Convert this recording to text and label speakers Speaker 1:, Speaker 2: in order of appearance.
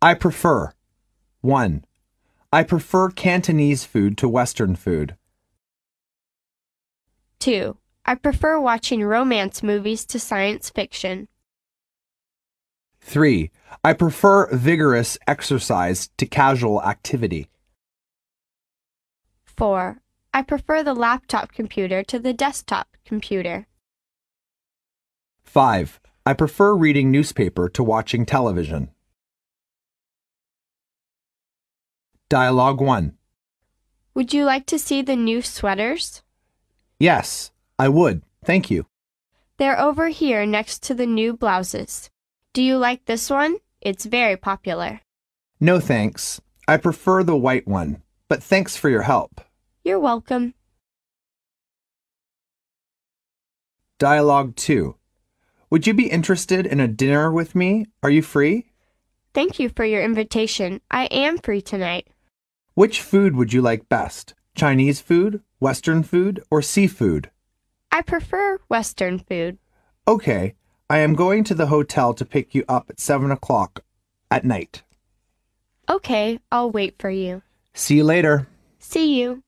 Speaker 1: I prefer 1. I prefer Cantonese food to Western food.
Speaker 2: 2. I prefer watching romance movies to science fiction.
Speaker 1: 3. I prefer vigorous exercise to casual activity.
Speaker 2: 4. I prefer the laptop computer to the desktop computer.
Speaker 1: 5. I prefer reading newspaper to watching television. Dialogue 1.
Speaker 2: Would you like to see the new sweaters?
Speaker 1: Yes, I would. Thank you.
Speaker 2: They're over here next to the new blouses. Do you like this one? It's very popular.
Speaker 1: No thanks. I prefer the white one, but thanks for your help.
Speaker 2: You're welcome.
Speaker 1: Dialogue 2. Would you be interested in a dinner with me? Are you free?
Speaker 2: Thank you for your invitation. I am free tonight.
Speaker 1: Which food would you like best? Chinese food, Western food, or seafood?
Speaker 2: I prefer Western food.
Speaker 1: Okay, I am going to the hotel to pick you up at 7 o'clock at night.
Speaker 2: Okay, I'll wait for you.
Speaker 1: See you later.
Speaker 2: See you.